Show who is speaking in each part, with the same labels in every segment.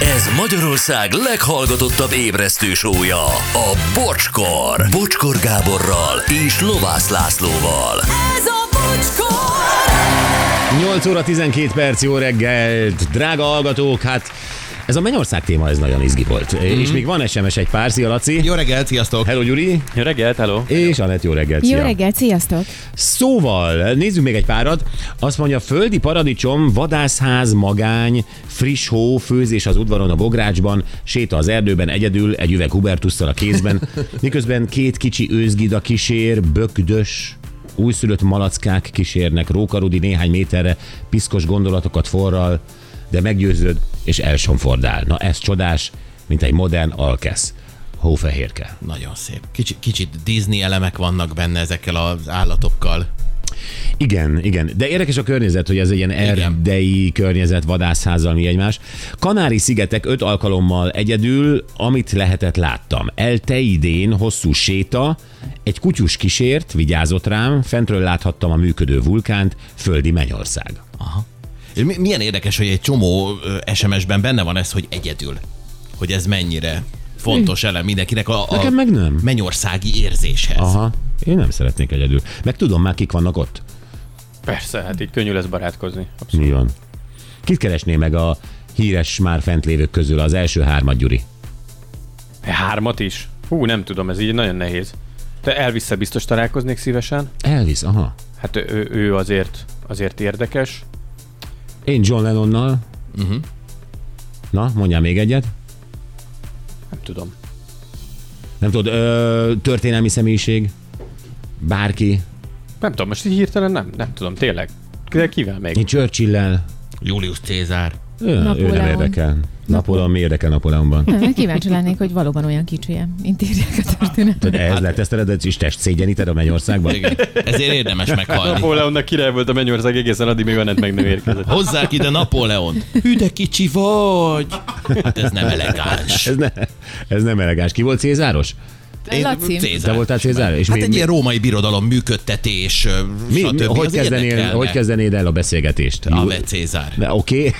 Speaker 1: Ez Magyarország leghallgatottabb ébresztő sója, a Bocskor. Bocskor Gáborral és Lovász Lászlóval.
Speaker 2: Ez a bocskor!
Speaker 3: 8 óra 12 perc, jó reggelt, drága hallgatók, hát ez a Mennyország téma, ez nagyon izgi volt. Mm-hmm. És még van SMS egy pár, szia Laci.
Speaker 4: Mhm. Jó reggelt, sziasztok!
Speaker 3: Hello Gyuri,
Speaker 5: Jó reggelt, hello!
Speaker 3: és Anett, jó reggelt,
Speaker 6: Jó
Speaker 3: szia.
Speaker 6: reggelt, sziasztok!
Speaker 3: Szóval, nézzük még egy párat. Azt mondja, földi paradicsom, vadászház, magány, friss hó, főzés az udvaron, a bográcsban, séta az erdőben, egyedül, egy üveg hubertusszal a kézben, miközben két kicsi őzgida kísér, böködös, újszülött malackák kísérnek, rókarudi néhány méterre, piszkos gondolatokat forral, de meggyőződ, és elsonfordál. Na ez csodás, mint egy modern alkesz. Hófehérke.
Speaker 4: Nagyon szép. Kicsit, kicsit Disney elemek vannak benne ezekkel az állatokkal.
Speaker 3: Igen, igen. De érdekes a környezet, hogy ez egy ilyen erdei környezet, vadászházzal mi egymás. Kanári-szigetek öt alkalommal egyedül, amit lehetett láttam. Elte idén hosszú séta, egy kutyus kísért, vigyázott rám, fentről láthattam a működő vulkánt, földi Mennyország.
Speaker 4: És mi- milyen érdekes, hogy egy csomó ö, SMS-ben benne van ez, hogy egyedül. Hogy ez mennyire fontos elem mindenkinek a, a
Speaker 3: Nekem meg nem.
Speaker 4: mennyországi érzéshez.
Speaker 3: Aha, én nem szeretnék egyedül. Meg tudom már, kik vannak ott.
Speaker 5: Persze, hát így könnyű lesz barátkozni. Abszolút.
Speaker 3: Mi van? Kit keresné meg a híres már fent lévők közül az első hármat, Gyuri?
Speaker 5: Hármat is? Hú, nem tudom, ez így nagyon nehéz. Te elvisze biztos találkoznék szívesen.
Speaker 3: Elvis, aha.
Speaker 5: Hát ő- ő, ő azért, azért érdekes.
Speaker 3: Én John Lennonnal. Uh-huh.
Speaker 4: Mhm.
Speaker 3: Na, mondjál még egyet.
Speaker 5: Nem tudom.
Speaker 3: Nem tudod, ö, történelmi személyiség? Bárki?
Speaker 5: Nem tudom, most így hirtelen nem, nem tudom, tényleg. De kivel még?
Speaker 3: Én Churchill-lel?
Speaker 4: Julius Cézár.
Speaker 3: Ő, ő nem
Speaker 6: Napóleon.
Speaker 3: érdekel. Napóleon, mi érdekel Napóleonban?
Speaker 6: Nem, Kíváncsi lennék, hogy valóban olyan kicsi mint írják a történetet.
Speaker 3: Tudod, ehhez leteszteled, és test szégyeníted a Mennyországban?
Speaker 4: Igen. Ezért érdemes meghalni.
Speaker 5: Napóleonnak király volt a Mennyország egészen addig, még Anett meg nem érkezett.
Speaker 4: Hozzák ide Napóleon. Hű, de kicsi vagy. Hát ez nem elegáns.
Speaker 3: Ez, ne, ez nem elegáns. Ki volt Cézáros?
Speaker 6: Laci,
Speaker 3: Te voltál Cézár? És
Speaker 4: Hát
Speaker 3: mi,
Speaker 4: egy ilyen római birodalom működtetés, ö,
Speaker 3: mi, mi,
Speaker 4: stb.
Speaker 3: hogy,
Speaker 4: Az
Speaker 3: kezdenél,
Speaker 4: érdekelne.
Speaker 3: hogy kezdenéd el a beszélgetést? Jó-
Speaker 4: Ave Cézár.
Speaker 3: De Oké.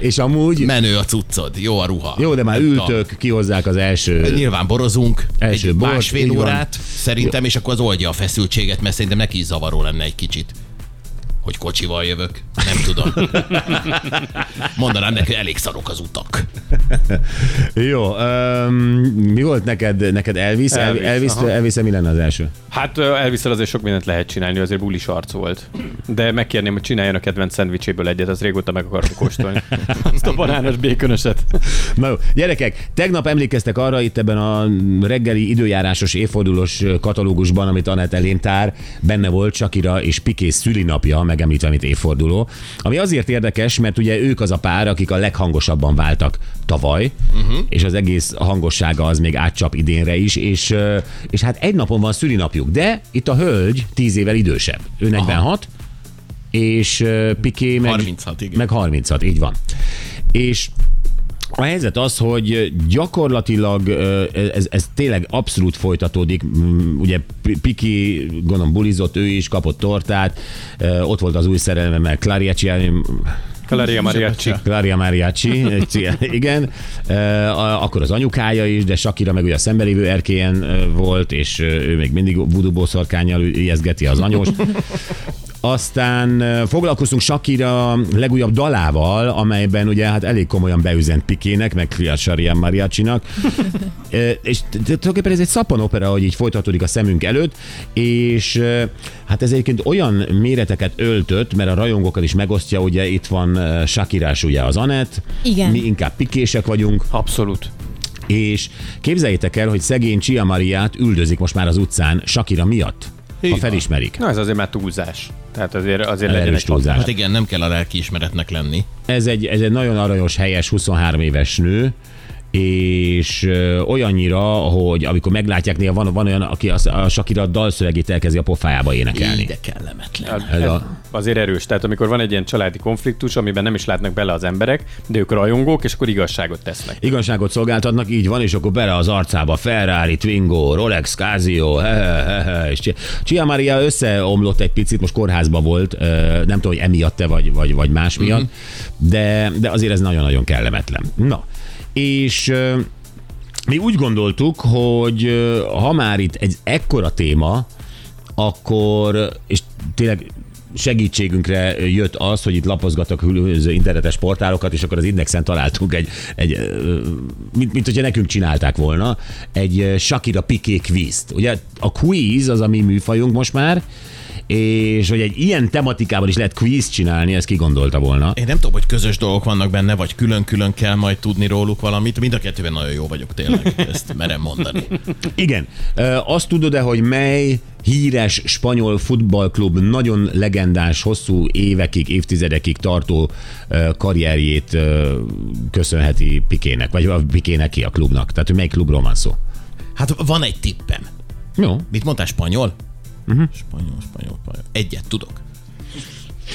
Speaker 3: és amúgy...
Speaker 4: Menő a cuccod, jó a ruha.
Speaker 3: Jó, de már
Speaker 4: Nem tudom.
Speaker 3: ültök, kihozzák az első...
Speaker 4: Nyilván borozunk
Speaker 3: Első
Speaker 4: Első egy
Speaker 3: bort, így
Speaker 4: másfél
Speaker 3: van.
Speaker 4: órát, szerintem, és akkor az oldja a feszültséget, mert szerintem neki is zavaró lenne egy kicsit. Hogy kocsival jövök, nem tudom. Mondanám neki, elég szarok az utak.
Speaker 3: Jó, um, mi volt neked, neked Elvis? Elvis,
Speaker 5: Elvis,
Speaker 3: Elvis,
Speaker 5: aha.
Speaker 3: Elvis mi lenne az első?
Speaker 5: Hát ö, elviszel azért sok mindent lehet csinálni, azért bulis arc volt. De megkérném, hogy csináljon a kedvenc szendvicséből egyet, az régóta meg akarom kóstolni. Azt a banános békönöset.
Speaker 3: Na jó, gyerekek, tegnap emlékeztek arra itt ebben a reggeli időjárásos évfordulós katalógusban, amit Anett elém tár, benne volt Shakira és Piqué szülinapja, megemlítve, mint évforduló, ami azért érdekes, mert ugye ők az a pár, akik a leghangosabban váltak tavaly,
Speaker 5: Mhm.
Speaker 3: uh-huh. és az egész hangossága az még átcsap idénre is, és, ö, és hát egy napon van szülinapjuk, de itt a hölgy 10 évvel idősebb, ő 46, Aha. és ö, Piqué meg
Speaker 4: 36, igen.
Speaker 3: meg 36, így van. És a helyzet az, hogy gyakorlatilag ö, ez, ez tényleg abszolút folytatódik. Mm, Ugye P- Piki, gondolom bulizott, ő is kapott tortát, ö, ott volt az új szerelme, mert Clariaci,
Speaker 5: Kaleria Mariachi.
Speaker 3: Claria Mariachi, egy- igen. Ö, a- Akkor az anyukája is, de Shakira meg ugye a szembelévő erkélyen ö, volt, és ö, ő még mindig voodoo boszorkányjal ü- ijeszgeti az anyós. Aztán ö, foglalkoztunk Shakira legújabb dalával, amelyben ugye hát elég komolyan beüzent Pikének, meg Klia Sarian Mariachinak. Ö, és t- t- tulajdonképpen ez egy szappanopera, hogy így folytatódik a szemünk előtt, és ö, hát ez egyébként olyan méreteket öltött, mert a rajongókat is megosztja, ugye itt van ö, Shakirás ugye az Anet,
Speaker 6: Igen.
Speaker 3: mi inkább pikések vagyunk,
Speaker 5: Abszolút.
Speaker 3: és képzeljétek el, hogy szegény Csia Mariát üldözik most már az utcán Shakira miatt, ha
Speaker 4: Igen.
Speaker 3: felismerik.
Speaker 5: Na ez azért már túlzás. Tehát azért, azért legyen
Speaker 3: Erős
Speaker 5: egy
Speaker 3: túlzás.
Speaker 4: Hát igen, nem kell a lelkiismeretnek lenni.
Speaker 3: ez egy, ez egy nagyon aranyos, helyes 23 éves nő, és ö, olyannyira, hogy amikor meglátják, néha van, van olyan, aki a, a Sakira dalszövegét elkezdi a pofájába énekelni.
Speaker 4: Így de kellemetlen.
Speaker 3: Ez a,
Speaker 5: Azért erős. Tehát amikor van egy ilyen családi konfliktus, amiben nem is látnak bele az emberek, de ők rajongók, és akkor igazságot tesznek.
Speaker 3: igazságot szolgáltatnak, így van, és akkor bele az arcába Ferrari, Twingo, Rolex, Casio, he, he, he, he, és Csi- Csia Maria összeomlott egy picit, most kórházba volt, ö, nem tudom, hogy emiatt-e vagy, vagy, vagy más miatt, de, de azért ez nagyon-nagyon kellemetlen. Na, és ö, mi úgy gondoltuk, hogy ö, ha már itt egy ekkora téma, akkor, és tényleg segítségünkre jött az, hogy itt lapozgatok különböző internetes portálokat, és akkor az Indexen találtunk egy, egy ö, mint, mint hogyha nekünk csinálták volna, egy ö, Shakira Piqué kvízt. Ugye a quiz az a mi műfajunk most már, és hogy egy ilyen tematikában is lehet quiz csinálni, ezt kigondolta volna.
Speaker 4: Én nem tudom, hogy közös dolgok vannak benne, vagy külön-külön kell majd tudni róluk valamit. Mind a kettőben nagyon jó vagyok tényleg, ezt merem mondani.
Speaker 3: Igen. Ö, Azt tudod-e, hogy mely híres spanyol futballklub nagyon legendás, hosszú évekig, évtizedekig tartó ö, karrierjét ö, köszönheti Pikének, vagy a Pikének ki a klubnak? Tehát, hogy melyik klubról van szó?
Speaker 4: Hát van egy tippem.
Speaker 3: Jó.
Speaker 4: Mit mondtál, spanyol?
Speaker 3: Mhm.
Speaker 4: Uh-huh. Spanyol, spanyol, spanyol. Egyet tudok.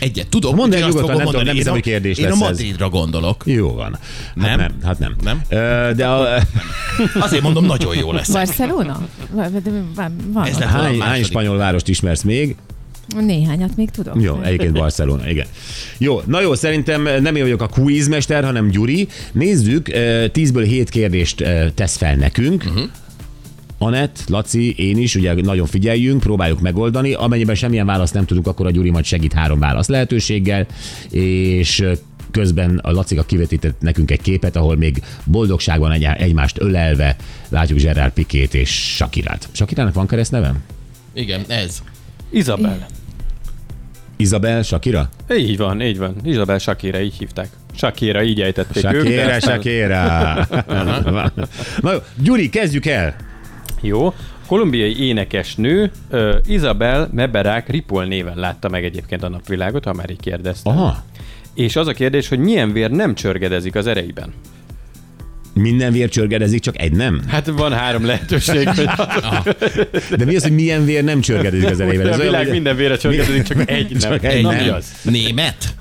Speaker 4: Egyet tudok.
Speaker 3: Mondd el
Speaker 4: úgyhogy azt
Speaker 3: nyugodtan,
Speaker 4: fogom
Speaker 3: nem tudom, nem
Speaker 4: mondani.
Speaker 3: hiszem,
Speaker 4: Én
Speaker 3: hogy kérdés
Speaker 4: Én a
Speaker 3: lesz ez.
Speaker 4: Madridra gondolok.
Speaker 3: Jó van. Hát nem?
Speaker 4: Nem?
Speaker 3: nem hát nem.
Speaker 4: Nem?
Speaker 3: Ö, de a,
Speaker 4: Azért mondom, nagyon jó lesz.
Speaker 6: Barcelona? Van, van, van.
Speaker 4: Ez lett volna a
Speaker 3: hány, hány
Speaker 4: második.
Speaker 3: spanyol várost ismersz még?
Speaker 6: Néhányat még tudok.
Speaker 3: Jó, egyébként Barcelona, igen. Jó, na jó, szerintem nem én vagyok a quizmester, hanem Gyuri. Nézzük, eh, 10-ből 7 kérdést eh, tesz fel nekünk. Uh-huh. Anett, Laci, én is, ugye nagyon figyeljünk, próbáljuk megoldani. Amennyiben semmilyen választ nem tudunk, akkor a Gyuri majd segít három válasz lehetőséggel, és eh, közben a Lacika kivetített nekünk egy képet, ahol még boldogságban egy- egymást ölelve látjuk Gerard Pikét és Sakirát. Sakirának van keresztnevem?
Speaker 4: Igen, ez.
Speaker 5: Izabel.
Speaker 3: Isabel, Sakira?
Speaker 5: Így van, így van. Izabel Shakira, így hívták. Shakira, így ejtették ők. de
Speaker 3: Sakéra,
Speaker 5: aztán-
Speaker 3: sakéra. Na jó, Gyuri, kezdjük el.
Speaker 5: Jó. Kolumbiai énekesnő uh, Isabel Meberák Ripoll néven látta meg egyébként a napvilágot, ha már így kérdeztem.
Speaker 3: Aha.
Speaker 5: És az a kérdés, hogy milyen vér nem csörgedezik az ereiben?
Speaker 3: Minden vér csörgedezik, csak egy nem.
Speaker 5: Hát van három lehetőség, hogy
Speaker 3: De mi az, hogy milyen vér nem csörgedezik az elejében?
Speaker 5: a
Speaker 3: Ez olyan,
Speaker 5: világ
Speaker 3: hogy-
Speaker 5: minden vére csörgedezik, csak egy nem.
Speaker 3: Csak egy
Speaker 5: Na,
Speaker 3: nem.
Speaker 5: mi az?
Speaker 4: Német?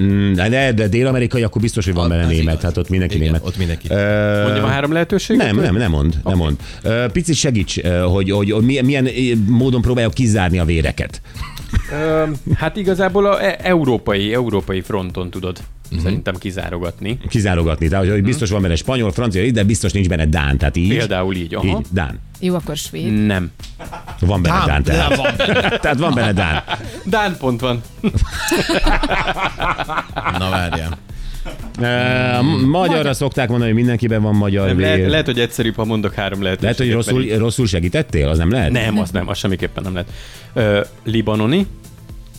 Speaker 3: Mm, De, de dél-amerikai, akkor biztos, hogy van
Speaker 4: Az-
Speaker 3: benne
Speaker 4: az
Speaker 3: német.
Speaker 4: igaz.
Speaker 3: Hát ott mindenki
Speaker 4: Igen,
Speaker 3: német.
Speaker 4: ott mindenki.
Speaker 3: Ö,
Speaker 5: Mondjam a három lehetőséget?
Speaker 3: Nem, nem, nem mond, nem mond. Ö, Picit segíts, ö, hogy, hogy, hogy milyen, milyen ö, módon próbáljuk kizárni a véreket.
Speaker 5: Ö, hát igazából a e- európai, európai fronton tudod
Speaker 3: Mhm.
Speaker 5: szerintem kizárogatni.
Speaker 3: Kizárogatni. Tehát, hogy biztos van benne spanyol, francia, de biztos nincs benne dán. Tehát így.
Speaker 5: Például így, aha.
Speaker 3: Így, dán.
Speaker 6: Jó, akkor svéd.
Speaker 5: Nem.
Speaker 3: Van benne dán.
Speaker 4: Ám,
Speaker 3: tehát.
Speaker 4: le van benne.
Speaker 3: Tehát van benne dán.
Speaker 5: Dán pont van.
Speaker 4: Na várjál.
Speaker 3: Ö, Magyarra szokták mondani, hogy mindenkiben van magyar
Speaker 5: Nem,
Speaker 3: vér.
Speaker 5: lehet, lehet, hogy egyszerűbb, ha mondok három
Speaker 3: Lehet,
Speaker 5: lehetőséget.
Speaker 3: hogy
Speaker 5: mert
Speaker 3: rosszul, rosszul segítettél, az nem lehet?
Speaker 5: Nem, az nem, az semmiképpen nem lehet. Ö, libanoni,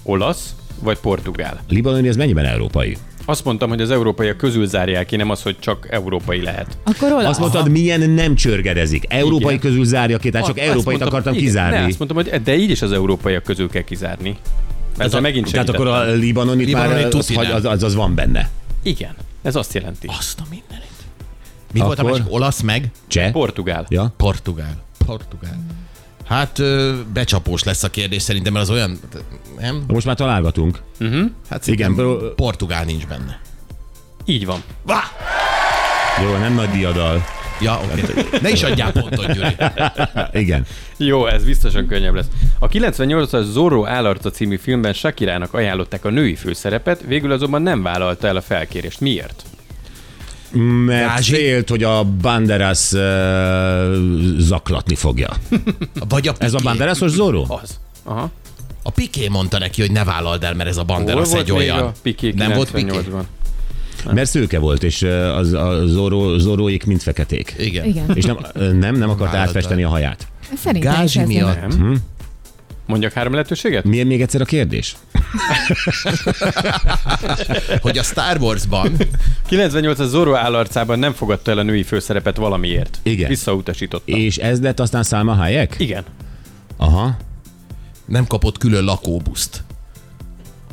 Speaker 5: olasz, vagy portugál.
Speaker 3: Libanoni, ez mennyiben európai?
Speaker 5: Azt mondtam, hogy az európaiak közül zárják ki, nem az, hogy csak európai lehet.
Speaker 3: Hát
Speaker 6: Akkor olasz.
Speaker 3: Azt mondtad, milyen nem csörgedezik. Európai
Speaker 5: Igen.
Speaker 3: közül zárja ki, tehát csak
Speaker 5: Azt
Speaker 3: európait
Speaker 5: mondtam,
Speaker 3: akartam
Speaker 5: igen, Ne,
Speaker 3: kizárni.
Speaker 5: azt mondtam, hogy de így is az európaiak közül kell kizárni. Ezzel megint
Speaker 3: Tehát
Speaker 5: segítettem.
Speaker 3: akkor Hát a libanonit
Speaker 4: Libanoni
Speaker 3: már az,
Speaker 4: tuti
Speaker 3: hagy-
Speaker 4: nem.
Speaker 3: az, az, az van benne.
Speaker 5: Igen, ez azt jelenti.
Speaker 3: Ah.
Speaker 4: Azt a mindenit. Mi
Speaker 3: Akkor-
Speaker 4: volt a másik? Olasz meg?
Speaker 3: Cseh?
Speaker 5: Portugál.
Speaker 3: Ja?
Speaker 4: Portugál. Portugál. Hát ö, becsapós lesz a kérdés szerintem, mert az olyan... Nem?
Speaker 3: Most már találgatunk.
Speaker 5: Mhm.
Speaker 4: Hát
Speaker 3: Igen,
Speaker 4: szerintem
Speaker 3: pro-
Speaker 4: Portugál nincs benne.
Speaker 5: Így van.
Speaker 3: Jó, nem nagy diadal.
Speaker 4: Ja, oké. Okay. Ne is adjál pontot, Gyuri.
Speaker 5: Hát.
Speaker 3: Igen.
Speaker 5: Jó, ez biztosan könnyebb lesz. A 98-as Zorro állarca című filmben Shakirának ajánlották a női főszerepet, végül azonban nem vállalta el a felkérést. Miért?
Speaker 3: Mert
Speaker 4: Rázsi?
Speaker 3: félt, hogy a Banderas uh, zaklatni fogja.
Speaker 4: Vagy a Piqué.
Speaker 3: Ez a Banderasos Zorro?
Speaker 5: Az. Aha.
Speaker 4: A Piqué mondta neki, hogy ne vállald el, mert ez a
Speaker 5: Hol
Speaker 4: Banderas
Speaker 5: volt
Speaker 4: egy
Speaker 5: még
Speaker 4: olyan.
Speaker 5: A Piqué
Speaker 4: nem volt Piqué?
Speaker 5: 98-ban?
Speaker 3: Mert szőke volt, és ö, az, a Zorro, Zorróik mind feketék.
Speaker 4: Igen.
Speaker 6: Igen.
Speaker 3: És nem, ö, nem, nem akart
Speaker 4: Vállalt el.
Speaker 3: átfesteni a haját.
Speaker 6: Szerintem is
Speaker 4: Gázsi
Speaker 6: ez nem.
Speaker 4: miatt.
Speaker 5: Mondjak három lehetőséget?
Speaker 3: Miért még egyszer a kérdés?
Speaker 4: Hogy a Star Wars-ban
Speaker 5: 98 as Zorro állarcában nem fogadta el a női főszerepet valamiért.
Speaker 3: Igen.
Speaker 5: Visszautasította. I-
Speaker 3: És ez lett aztán Salma Hayek?
Speaker 5: igen.
Speaker 3: Aha.
Speaker 4: nem kapott külön lakóbuszt.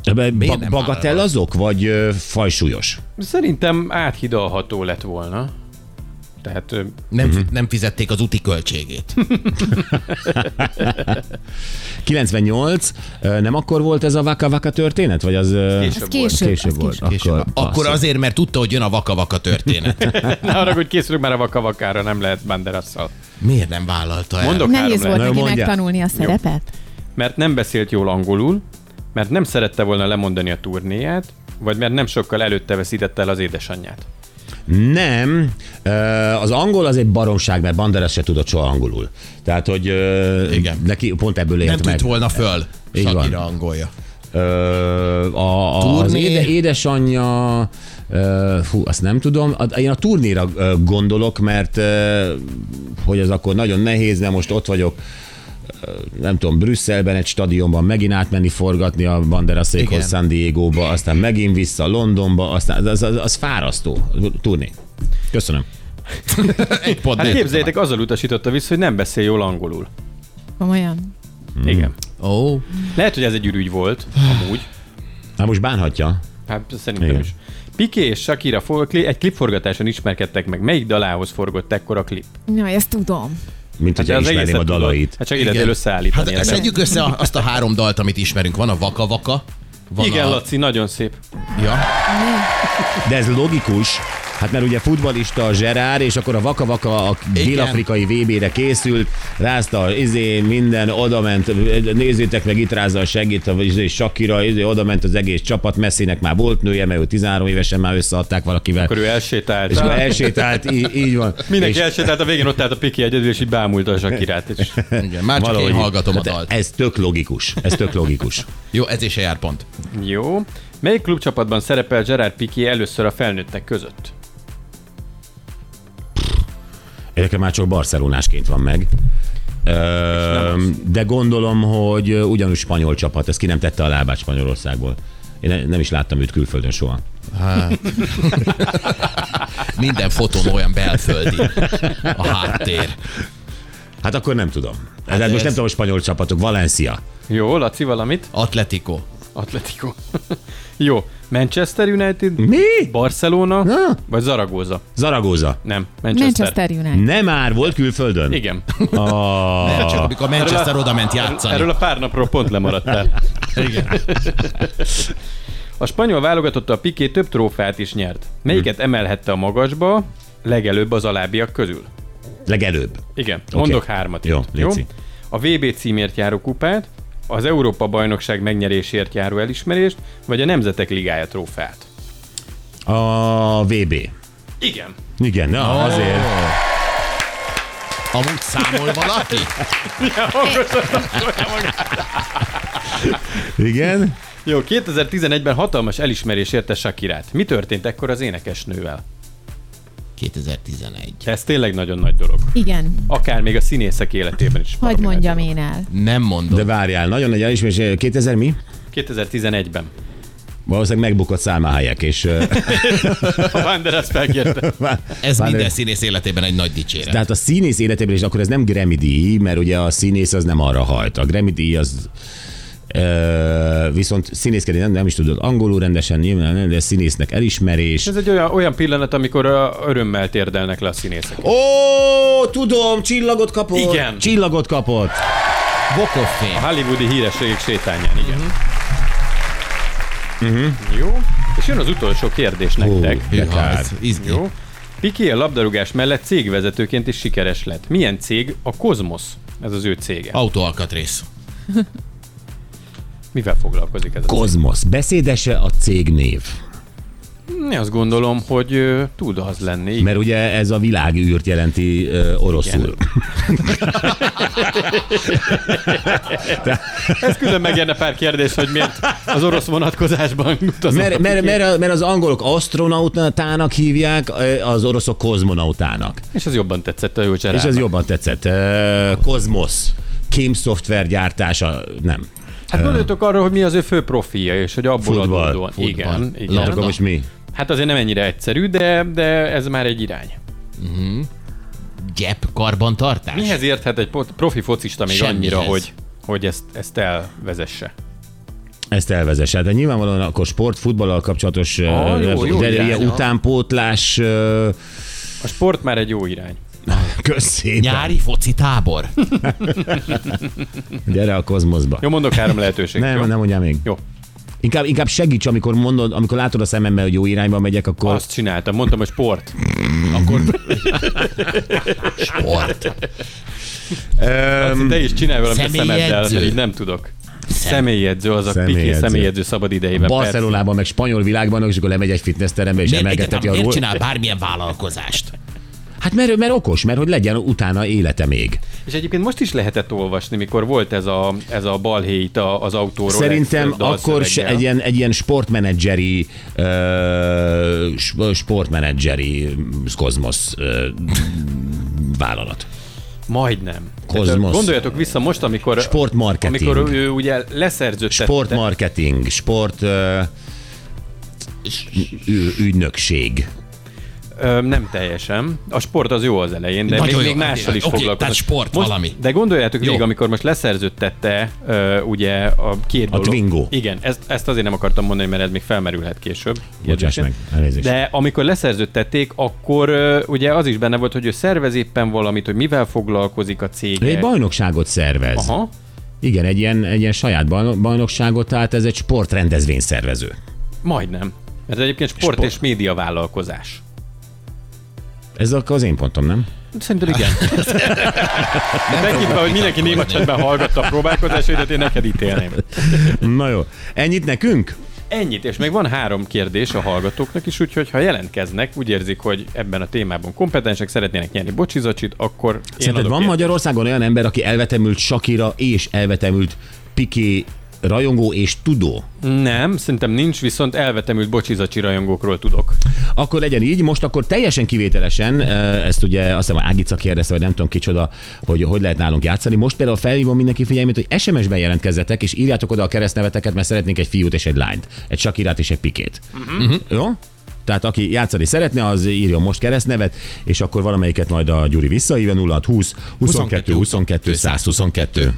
Speaker 3: Ebben
Speaker 4: Miért
Speaker 3: Ba-
Speaker 4: nem
Speaker 3: bagatell
Speaker 4: vállalod?
Speaker 3: azok, vagy ö, fajsúlyos?
Speaker 5: Szerintem áthidalható lett volna. Tehát ö,
Speaker 4: Nem,
Speaker 5: Mhm.
Speaker 4: nem fizették az úti költségét.
Speaker 3: 98, ö, nem akkor volt ez a Vaka Vaka történet? Vagy az ö,
Speaker 5: Később.
Speaker 6: Ez később.
Speaker 3: később
Speaker 6: ez
Speaker 3: volt?
Speaker 6: később.
Speaker 3: Akkor,
Speaker 4: Akkor azért, mert tudta, hogy jön a vaka-vaka történet.
Speaker 5: ne arra, hogy készülünk már a vakavakára, nem lehet Banderasszal.
Speaker 4: Miért nem vállalta el?
Speaker 5: Mondok három
Speaker 6: Nehéz volt
Speaker 5: lehet.
Speaker 3: Na,
Speaker 6: neki
Speaker 3: mondja.
Speaker 6: megtanulni a szerepet?
Speaker 5: Mert nem beszélt jól angolul, mert nem szerette volna lemondani a turnéját, vagy mert nem sokkal előtte veszítette el az édesanyját.
Speaker 3: Nem, Ö, az angol az egy baromság, mert Banderas se tudott soha angolul. Tehát, hogy ö,
Speaker 4: Igen.
Speaker 3: neki pont ebből
Speaker 4: Nem
Speaker 3: élt meg.
Speaker 4: tűnt volna föl
Speaker 3: Így van.
Speaker 4: Shakira angolja.
Speaker 3: Ö, a, a, az
Speaker 4: Turné.
Speaker 3: éde, édesanyja, ö, hú, azt nem tudom. A- Én a turnéra ö, gondolok, mert ö, hogy az akkor nagyon nehéz, de most ott vagyok ö, nem tudom, Brüsszelben egy stadionban megint átmenni forgatni a Banderaszékhoz
Speaker 4: Igen.
Speaker 3: San Diego-ba, aztán megint vissza Londonba, aztán az, az, az fárasztó turné. Köszönöm.
Speaker 4: Egy pont
Speaker 5: Hát
Speaker 4: nem
Speaker 5: képzeljétek, azzal utasította vissza, hogy nem beszél jól angolul.
Speaker 6: Komolyan?
Speaker 3: Hmm.
Speaker 5: Mm. Igen.
Speaker 4: tudtam. Ó,
Speaker 3: Oh.
Speaker 5: Lehet, hogy ez egy ürügy volt, amúgy.
Speaker 3: Hát most bánhatja.
Speaker 5: Hát szerintem
Speaker 3: Igen.
Speaker 5: Igen. is. Piqué és Shakira for- egy klipforgatáson ismerkedtek meg. Melyik dalához forgott ekkor a klip? Hát
Speaker 6: Na, ezt tudom.
Speaker 3: Mint hogy
Speaker 5: az
Speaker 3: ismerném a
Speaker 5: egészet
Speaker 3: dalait.
Speaker 5: tudod. Hát csak ide
Speaker 4: Hát
Speaker 5: összeállítani. Hát,
Speaker 4: szedjük össze a- azt a három dalt, amit ismerünk. Van a vaka-vaka. Van
Speaker 5: Igen,
Speaker 4: a...
Speaker 5: Laci, nagyon szép.
Speaker 4: Ja.
Speaker 3: De ez logikus, hát mert ugye futbalista a Zserár, és akkor a vaka-vaka a
Speaker 4: Igen.
Speaker 3: dél-afrikai VB-re készült, rázta az izé, minden, oda ment, nézzétek meg, itt rázza a segít, vagy izé, Sakira, izé, oda ment az egész csapat, Messinek már volt nője, mert ő 13 évesen már összeadták valakivel.
Speaker 5: Akkor ő elsétált.
Speaker 3: és akkor elsétált, így, így van.
Speaker 5: Mindenki
Speaker 3: és
Speaker 5: elsétált, a végén ott állt a Piqué egyedül, és így bámulta a Shakirát. És...
Speaker 4: Igen, már csak én hallgatom a
Speaker 3: hát
Speaker 4: dalt.
Speaker 3: Ez tök logikus, ez tök logikus.
Speaker 4: Jó, ez is jár pont.
Speaker 5: Jó. Melyik klubcsapatban szerepel Gerard Piqué először a felnőttek között?
Speaker 3: Ezekre már csak barcelonásként van meg. Ö, de gondolom, hogy ugyanúgy spanyol csapat, ez ki nem tette a lábát Spanyolországból. Én ne- nem is láttam őt külföldön soha.
Speaker 4: Minden fotón olyan belföldi a háttér.
Speaker 3: Hát akkor nem tudom. Hát, hát most
Speaker 4: ez-
Speaker 3: nem tudom, hogy spanyol csapatok. Valencia.
Speaker 5: Jó, Laci, valamit?
Speaker 4: Atletico.
Speaker 5: Atletico. Jó. Manchester United?
Speaker 3: Mi?
Speaker 5: Barcelona?
Speaker 3: Na?
Speaker 5: Vagy Zaragoza?
Speaker 3: Zaragoza.
Speaker 5: Nem, Manchester.
Speaker 6: Manchester United.
Speaker 3: Nem már volt külföldön?
Speaker 5: Igen.
Speaker 4: Nem csak amikor Manchester oda ment játszani.
Speaker 5: Erről a pár napról pont lemaradtál.
Speaker 4: Igen.
Speaker 5: A spanyol válogatotta a Piqué több trófeát is nyert. Melyiket emelhette a magasba, legelőbb az alábbiak közül?
Speaker 3: Legelőbb.
Speaker 5: Igen, mondok hármat.
Speaker 3: Jó,
Speaker 5: itt,
Speaker 3: léci.
Speaker 5: A VB címért járó kupát, az Európa bajnokság megnyeréséért járó elismerést, vagy a Nemzetek Ligája trófeát.
Speaker 3: A VB.
Speaker 5: Igen.
Speaker 3: Igen, na, oh. azért.
Speaker 4: Amúgy számol valaki?
Speaker 3: Igen.
Speaker 5: Jó, 2011-ben hatalmas elismerés érte Sakirát. Mi történt ekkor az énekesnővel?
Speaker 4: 2011.
Speaker 5: Ez tényleg nagyon nagy dolog.
Speaker 6: Igen.
Speaker 5: Akár még a színészek életében is.
Speaker 6: Hagy
Speaker 5: baromi nagy
Speaker 6: mondjam
Speaker 5: dolog.
Speaker 6: én el.
Speaker 4: Nem mondom.
Speaker 3: De várjál, nagyon nagy elismerés. 2000 mi?
Speaker 5: 2011-ben.
Speaker 3: Valószínűleg megbukott számáhelyek, és... ö,
Speaker 5: A Wanderers felkérte.
Speaker 4: Ez
Speaker 3: Várj.
Speaker 4: minden színész életében egy nagy dicséret.
Speaker 3: De hát a színész életében is akkor ez nem Grammy díj, mert ugye a színész az nem arra hajt. A Grammy díj az ö, viszont színészkedni nem, nem is tudod angolul rendesen, nyilván nem, de színésznek elismerés.
Speaker 5: Ez egy olyan, olyan pillanat, amikor ö, örömmel térdelnek le a színészek.
Speaker 3: Ó, tudom, csillagot kapott.
Speaker 5: Igen.
Speaker 3: Csillagot kapott.
Speaker 4: Bokofé.
Speaker 5: Hollywoodi hírességek sétányán, igen. Uh-huh. Jó, és jön az utolsó kérdés nektek.
Speaker 3: de
Speaker 4: Hűha,
Speaker 3: kár.
Speaker 4: ez izgi.
Speaker 5: Jó. Piki a labdarúgás mellett cégvezetőként is sikeres lett. Milyen cég? A Kozmos. Ez az ő cége.
Speaker 4: Autóalkatrész.
Speaker 5: Mivel foglalkozik ez a cég?
Speaker 3: Kozmosz, beszédese a cégnév.
Speaker 5: Én azt gondolom, hogy ö, tud az lenni.
Speaker 3: Mert ugye ez a világűrt jelenti ö, oroszul.
Speaker 5: Ez külön megérne pár kérdés, hogy miért az orosz vonatkozásban utazom.
Speaker 3: Mert, mert, mert, a- mert az angolok astronautának hívják, ö, az oroszok kozmonautának.
Speaker 5: És ez jobban tetszett a jó
Speaker 3: És
Speaker 5: Gerardnak.
Speaker 3: ez jobban tetszett. Ö, Kozmosz. Kém szoftver gyártása, nem.
Speaker 5: Hát gondoljatok arról, hogy mi az ő fő profilja, és hogy abból
Speaker 3: Futball,
Speaker 5: adódóan.
Speaker 3: futball.
Speaker 5: Igen,
Speaker 3: Na, akkor
Speaker 5: igen.
Speaker 3: most mi?
Speaker 5: Hát azért nem ennyire egyszerű, de, de ez már egy irány.
Speaker 4: Gyep karbantartás?
Speaker 5: Mihez érthet egy pot- profi focista még
Speaker 4: Semmihez.
Speaker 5: annyira, hogy, hogy ezt, ezt elvezesse?
Speaker 3: Ezt elvezesse. De nyilvánvalóan akkor sport, futballal kapcsolatos
Speaker 5: Ah,
Speaker 3: ah,
Speaker 5: jó, jó
Speaker 3: de
Speaker 5: irány,
Speaker 3: ilyen
Speaker 5: ha.
Speaker 3: utánpótlás ö,
Speaker 5: A sport már egy jó irány.
Speaker 3: Kösz szépen.
Speaker 4: Nyári foci tábor.
Speaker 3: Gyere a kozmoszba.
Speaker 5: Jó, mondok három lehetőséget.
Speaker 3: Nem,
Speaker 5: jó?
Speaker 3: nem mondjál még.
Speaker 5: Jó.
Speaker 3: Inkább, inkább segíts, amikor mondod, amikor látod a szememben, hogy jó irányba megyek, akkor...
Speaker 5: Azt csináltam, mondtam, hogy sport.
Speaker 4: Akkor... Sport.
Speaker 5: Laci, te is csinálj valamit a
Speaker 4: személyedző.
Speaker 5: szemeddel, mert így nem tudok. Személyedző az a piki,
Speaker 3: Személyedző.
Speaker 5: személyedző szabad idejében. persze.
Speaker 3: Barcelonában, meg spanyol világban, és akkor lemegy egy fitness terembe, és
Speaker 4: Miért, egyáltalán
Speaker 3: emelgeteti a
Speaker 4: miért
Speaker 3: ról...
Speaker 4: csinál bármilyen vállalkozást?
Speaker 3: Hát mert, mert okos, mert hogy legyen utána élete még.
Speaker 5: És egyébként most is lehetett olvasni, mikor volt ez a, ez a balhé itt a- az autóról.
Speaker 3: Szerintem
Speaker 5: egy
Speaker 3: akkor se
Speaker 5: dalszöveggel.
Speaker 3: egy ilyen, egy ilyen sportmenedzseri, ö, sp- sportmenedzseri mm, kozmosz ö, vállalat.
Speaker 5: Majdnem.
Speaker 3: Kozmosz.
Speaker 5: Tehát, ö, Gondoljatok vissza most, amikor,
Speaker 3: Sportmarketing.
Speaker 5: amikor ő ugye leszerződtette.
Speaker 3: Sportmarketing, sport ö, ü- ügynökség.
Speaker 5: Ö, nem teljesen. A sport az jó az elején, de
Speaker 4: Nagyon
Speaker 5: még,
Speaker 4: jó.
Speaker 5: még mással is
Speaker 4: Oké,
Speaker 5: foglalkozott.
Speaker 4: tehát sport
Speaker 5: most,
Speaker 4: valami.
Speaker 5: De gondoljátok
Speaker 4: Jó.
Speaker 5: jó. még, amikor most leszerződtette ö, ugye a két
Speaker 3: A
Speaker 5: dolog.
Speaker 3: Twingo.
Speaker 5: Igen, ezt, ezt azért nem akartam mondani, mert ez még felmerülhet később.
Speaker 3: Bocsáss
Speaker 5: Kérdésen.
Speaker 3: meg, elnézést.
Speaker 5: De amikor leszerződtették, akkor ö, ugye az is benne volt, hogy ő szervez éppen valamit, hogy mivel foglalkozik a cég.
Speaker 3: Egy bajnokságot szervez.
Speaker 5: Aha.
Speaker 3: Igen, egy ilyen, egy ilyen saját bajno- bajnokságot, tehát ez egy sportrendezvény szervező.
Speaker 5: Majdnem. Ez egyébként sport,
Speaker 3: Sport.
Speaker 5: sport. és média vállalkozás.
Speaker 3: Ez akkor az én pontom, nem?
Speaker 5: Szerintem igen. De tekintve, hogy mindenki néma csendben hallgatta a próbálkozásaidat, én neked ítélném.
Speaker 3: Na jó, ennyit nekünk?
Speaker 5: Ennyit, és még van három kérdés a hallgatóknak is, úgyhogy ha jelentkeznek, úgy érzik, hogy ebben a témában kompetensek, szeretnének nyerni bocsizacsit, akkor én
Speaker 3: Szerinted
Speaker 5: adok
Speaker 3: van
Speaker 5: ilyet.
Speaker 3: Magyarországon olyan ember, aki elvetemült Sakira és elvetemült Piqué rajongó és tudó?
Speaker 5: Nem, szerintem nincs, viszont elvetemült bocsizacsi rajongókról tudok.
Speaker 3: Akkor legyen így, most akkor teljesen kivételesen, eh, ezt ugye azt hiszem Ágica kérdezte, vagy nem tudom kicsoda, hogy hogy lehet nálunk játszani. Most például felhívom mindenki figyelmét, hogy SMS-ben jelentkezzetek, és írjátok oda a keresztneveteket, mert szeretnénk egy fiút és egy lányt, egy Sakirát és egy Pikét.
Speaker 5: Mhm.
Speaker 3: Uh-huh. Jó? Tehát aki játszani szeretne, az írjon most keresztnevet, és akkor valamelyiket majd a Gyuri visszahívja 0620 22 22 122.